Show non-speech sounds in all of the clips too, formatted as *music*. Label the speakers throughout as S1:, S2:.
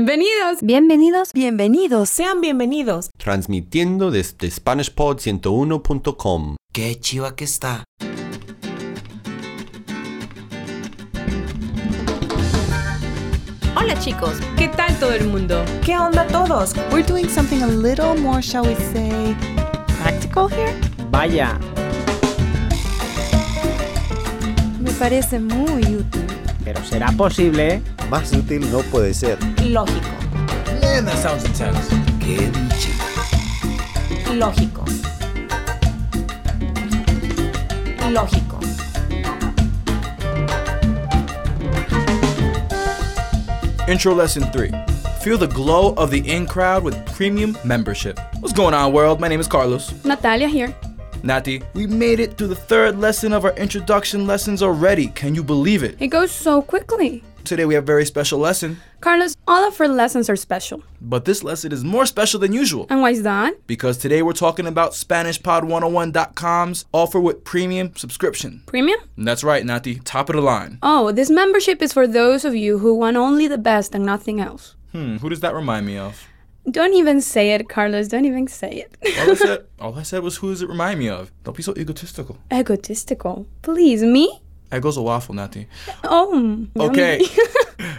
S1: Bienvenidos.
S2: Bienvenidos.
S3: Bienvenidos.
S4: Sean bienvenidos.
S5: Transmitiendo desde SpanishPod101.com.
S6: ¡Qué chiva que está!
S2: Hola chicos.
S1: ¿Qué tal todo el mundo?
S4: ¿Qué onda todos?
S3: We're doing something a little more, shall we say, practical here?
S7: Vaya,
S2: Me parece muy útil.
S7: pero será posible.
S8: Más útil no puede ser.
S4: Lógico.
S6: ¡Qué dicha!
S4: Lógico. Lógico.
S9: Intro Lesson 3. Feel the glow of the in crowd with premium membership. What's going on, world? My name is Carlos.
S1: Natalia here.
S9: Nati, we made it through the third lesson of our introduction lessons already. Can you believe it?
S1: It goes so quickly.
S9: Today we have a very special lesson,
S1: Carlos, all of our lessons are special.
S9: but this lesson is more special than usual
S1: And why is that?
S9: because today we're talking about SpanishPod101.com's offer with premium subscription.
S1: Premium?
S9: And that's right, Nati, top of the line.
S1: Oh, this membership is for those of you who want only the best and nothing else.
S9: Hmm, who does that remind me of?
S1: Don't even say it, Carlos. Don't even say
S9: *laughs* All I
S1: it.
S9: said, all I said was, who does it remind me of? Don't be so egotistical.
S1: *laughs* Egotistical. Please, me?
S9: That goes a waffle, Nati.
S1: Oh. yummy.
S9: Okay.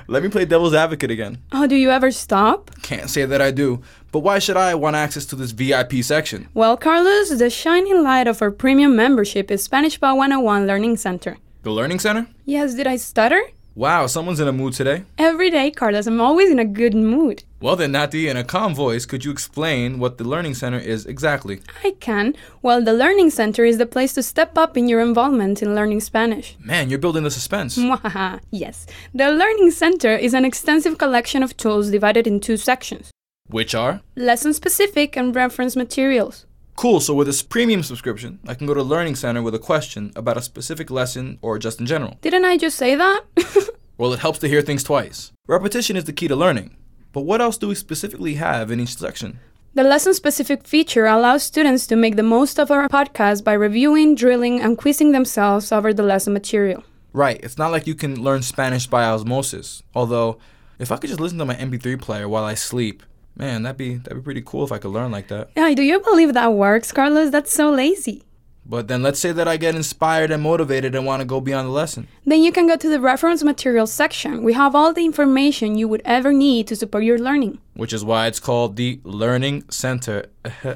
S9: Let me play devil's advocate again.
S1: *laughs* oh, do you ever stop?
S9: Can't say that I do, but why should I want access to this VIP section?
S1: Well, Carlos, the shining light of our premium membership is Spanish Pod 101 Learning Center.
S9: The Learning Center?
S1: Yes, did I stutter?
S9: Wow, someone's in a mood today.
S1: Every day, Carlos, I'm always in a good mood.
S9: Well then, Nati, in a calm voice, could you explain what the Learning Center is exactly?
S1: I can. Well, the Learning Center is the place to step up in your involvement in learning Spanish. *laughs*
S9: Man, you're building the suspense.
S1: Mm. Mwahaha, yes. The Learning Center is an extensive collection of tools divided in two sections
S9: Which are?
S1: lesson specific and reference materials.
S9: Cool, so with this premium subscription, I can go to Learning Center with a question about a specific lesson or just in general.
S1: Didn't I just say that? *laughs*
S9: Well, it helps to hear things twice. Repetition is the key to learning. But what else do we specifically have in each section?
S1: the lesson specific feature allows students to make the most of our podcast by reviewing, drilling, and quizzing themselves over the lesson material.
S9: Right, it's not like you can learn Spanish by osmosis. Although, if I could just listen to my MP3 player while I sleep, man, that'd be that'd be pretty cool if I could learn like that.
S1: Ay, do you believe that works, Carlos? That's so lazy.
S9: But then let's say that I get inspired and motivated and want to go beyond the lesson.
S1: Then you can go to the reference material section. We have all the information you would ever need to support your learning.
S9: Which is why it's called the Learning Center. *laughs*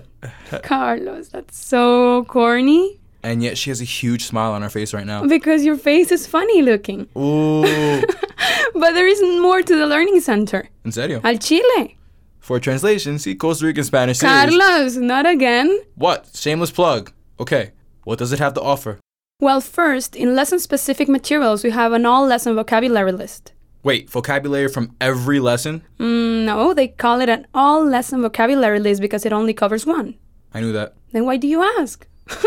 S1: Carlos, that's so corny.
S9: and yet she has a huge smile on her face right
S1: *laughs*
S9: now.
S1: Because your face is funny looking.
S9: Ooh.
S1: But there is more to the learning center.
S9: En serio.
S1: Al Chile.
S9: For translation, see Costa Rican Spanish series.
S1: Carlos, not again.
S9: What? Shameless plug. Okay. What does it have to offer?
S1: Well, first, in lesson specific materials, we have an all lesson vocabulary list.
S9: Wait, vocabulary from every lesson?
S1: Mm, no, they call it an all lesson vocabulary list because it only covers one.
S9: I knew that.
S1: Then why do you ask?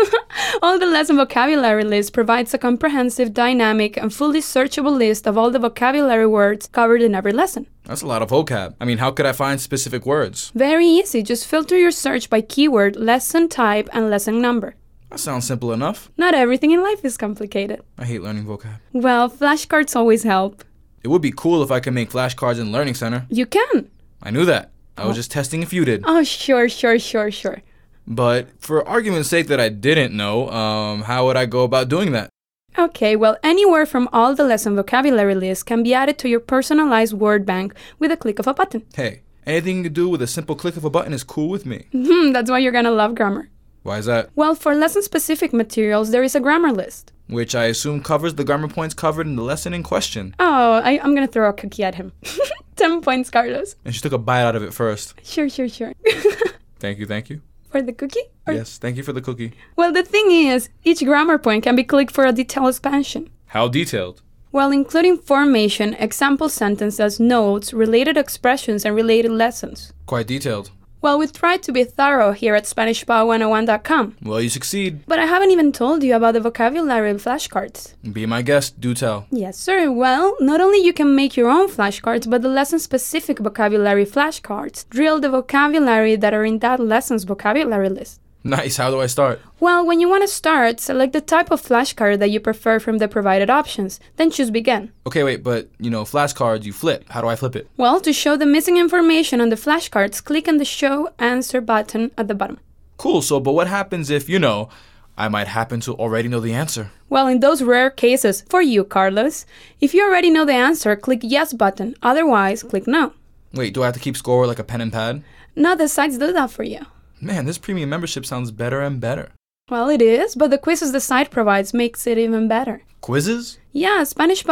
S1: *laughs* all the lesson vocabulary list provides a comprehensive, dynamic, and fully searchable list of all the vocabulary words covered in every lesson.
S9: That's a lot of vocab. I mean, how could I find specific words?
S1: Very easy, just filter your search by keyword, lesson type, and lesson number.
S9: That sounds simple enough.
S1: Not everything in life is complicated.
S9: I hate learning vocab.
S1: Well, flashcards always help.
S9: It would be cool if I could make flashcards in Learning Center.
S1: You can.
S9: I knew that. I was just testing if you did.
S1: Oh, sure, sure, sure, sure.
S9: But for argument's sake that I didn't know, um, how would I go about doing that?
S1: Okay, well, anywhere from all the lesson vocabulary list can be added to your personalized word bank with a click of a button. *laughs*
S9: Hey, anything you can do with a simple click of a button is cool with me.
S1: Hmm, that's why you're gonna love grammar.
S9: Why is that?
S1: Well, for lesson specific materials, there is a grammar list.
S9: Which I assume covers the grammar points covered in the lesson in question.
S1: Oh, I, I'm gonna throw a cookie at him. *laughs* 10 points, Carlos.
S9: And she took a bite out of it first.
S1: Sure, sure, sure. *laughs*
S9: Thank you, thank you.
S1: for the cookie? Or-
S9: Yes, thank you for the cookie.
S1: Well, the thing is, each grammar point can be clicked for a detailed expansion.
S9: How detailed?
S1: While including formation, example sentences, notes, related expressions, and related lessons.
S9: Quite detailed.
S1: Well, we tried to be thorough here at SpanishPower101.com,
S9: Well, you succeed.
S1: but I haven't even told you about the vocabulary flashcards.
S9: Be my guest, do tell.
S1: Yes, sir. Well, not only you can make your own flashcards, but the lesson-specific vocabulary flashcards drill the vocabulary that are in that lesson's vocabulary list.
S9: Nice. How do I start?
S1: Well, when you want to start, select the type of flashcard that you prefer from the provided options, then choose Begin.
S9: Okay, wait, but you know, flashcards you flip. How do I flip it?
S1: Well, to show the missing information on the flashcards, click on the Show Answer button at the bottom.
S9: Cool. So, but what happens if, you know, I might happen to already know the answer?
S1: Well, in those rare cases, for you, Carlos, if you already know the answer, click Yes button, otherwise, click No.
S9: Wait, do I have to keep score with, like a pen and pad?
S1: Now the sites do that for you.
S9: Man, this premium membership sounds better and better.
S1: Well, it is, but the quizzes the site provides makes it even better.
S9: Quizzes?
S1: Yeah,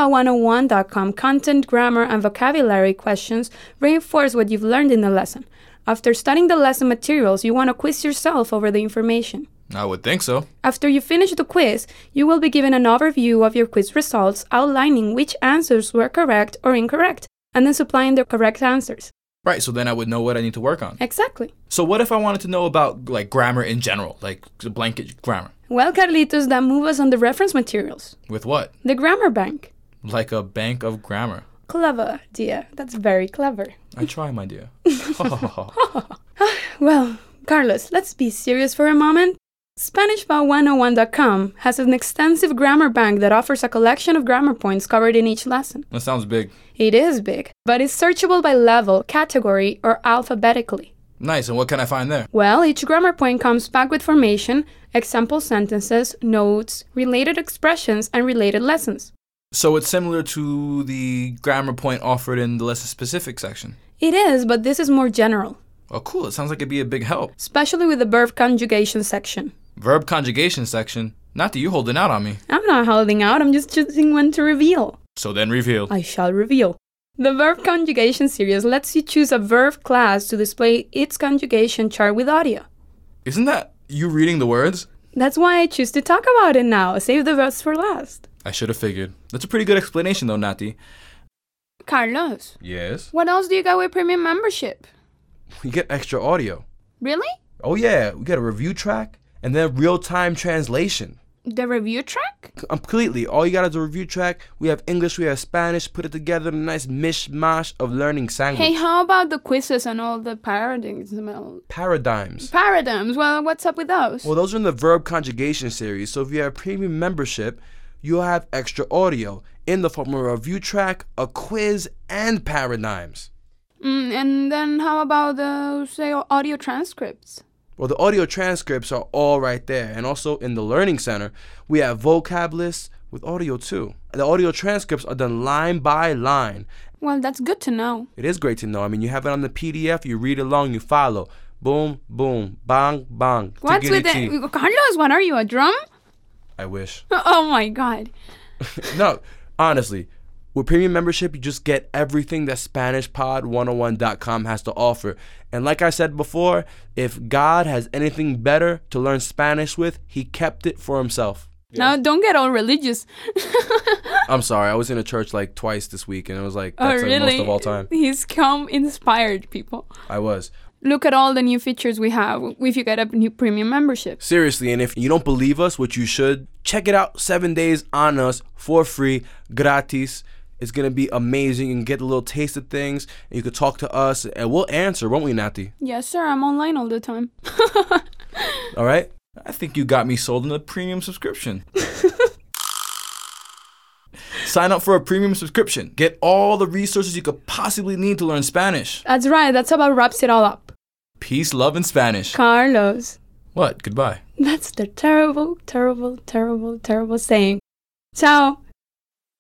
S1: SpanishPod101.com content, grammar, and vocabulary questions reinforce what you've learned in the lesson. After studying the lesson materials, you want to quiz yourself over the information.
S9: I would think so.
S1: After you finish the quiz, you will be given an overview of your quiz results, outlining which answers were correct or incorrect, and then supplying the correct answers.
S9: Right, so then I would know what I need to work on.
S1: Exactly.
S9: So, what if I wanted to know about like grammar in general, like blanket grammar?
S1: Well, Carlitos, that move us on the reference materials.
S9: With what?
S1: The grammar bank.
S9: Like a bank of grammar.
S1: Clever, dear. That's very clever.
S9: I try, my dear. *laughs*
S1: Well, Carlos, let's be serious for a moment. SpanishPod101.com has an extensive grammar bank that offers a collection of grammar points covered in each lesson.
S9: that sounds big.
S1: It is big, but it's searchable by level, category, or alphabetically.
S9: Nice, and what can I find there?
S1: Well, each grammar point comes packed with formation, example sentences, notes, related expressions, and related lessons.
S9: So, it's similar to the grammar point offered in the lesson specific section.
S1: It is, but this is more general,
S9: Oh, cool. It sounds like it'd be a big help.
S1: especially with the verb conjugation section.
S9: Verb conjugation section. Not that you holding out on me.
S1: I'm not holding out, I'm just choosing one to reveal.
S9: So then reveal.
S1: I shall reveal. The verb conjugation series lets you choose a verb class to display its conjugation chart with audio.
S9: Isn't that you reading the words?
S1: That's why I choose to talk about it now. Save the best for last.
S9: I should have figured. That's a pretty good explanation, though, Nati.
S1: Carlos,
S9: Yes.
S1: what else do you get with premium membership?
S9: You get extra audio.
S1: Really?
S9: Oh, yeah. We get a review track and then real time translation.
S1: The review track?
S9: C- Completely. All you got is a review track. We have English, we have Spanish. Put it together in a nice mishmash of learning
S1: Hey,
S9: language
S1: how about the quizzes and all the paradigms? well,
S9: Paradigms.
S1: Paradigms? Well, what's up with those?
S9: Well, those are in the verb conjugation series. So if you have premium membership, you'll have extra audio in the form of a review track, a quiz, and paradigms.
S1: Mm, and then how about the, say, audio transcripts?
S9: Well, the audio transcripts are all right there. And also in the Learning Center, we have vocab lists with audio too. And the audio transcripts are done line by line.
S1: Well, that's good to know.
S9: It is great to know. I mean, you have it on the PDF, you read along, you follow. Boom, boom, bang, bang.
S1: What's with
S9: tickety-tee.
S1: the Carlos? What are you, a drum? *laughs*
S9: I wish.
S1: Oh my god.
S9: No, honestly, with premium membership, you just get everything that SpanishPod101.com has to offer. And like I said before, if God has anything better to learn Spanish with, he kept it for himself.
S1: Now don't get all religious.
S9: I'm sorry, I was in a church like twice this week, and it was
S1: *laughs*
S9: like
S1: oh
S9: that's like
S1: really?
S9: most of all time.
S1: He's come inspired people.
S9: I was
S1: Look at all the new features we have if you get a new premium membership.
S9: seriously, and if you don't believe us, which you should, check it out. Seven days on us for free, gratis. It's gonna be amazing. You can get a little taste of things, and you could talk to us, and we'll answer, won't we, Nati?
S1: Yes, sir, I'm online all the time. *laughs*
S9: All right. I think you got me sold on a premium subscription. Sign up for a premium subscription. Get all the resources you could possibly need to learn Spanish.
S1: That's right, that's about wraps it all up.
S9: Peace, love, and Spanish.
S1: Carlos,
S9: What? Goodbye.
S1: that's the terrible, terrible, terrible, terrible saying. Ciao.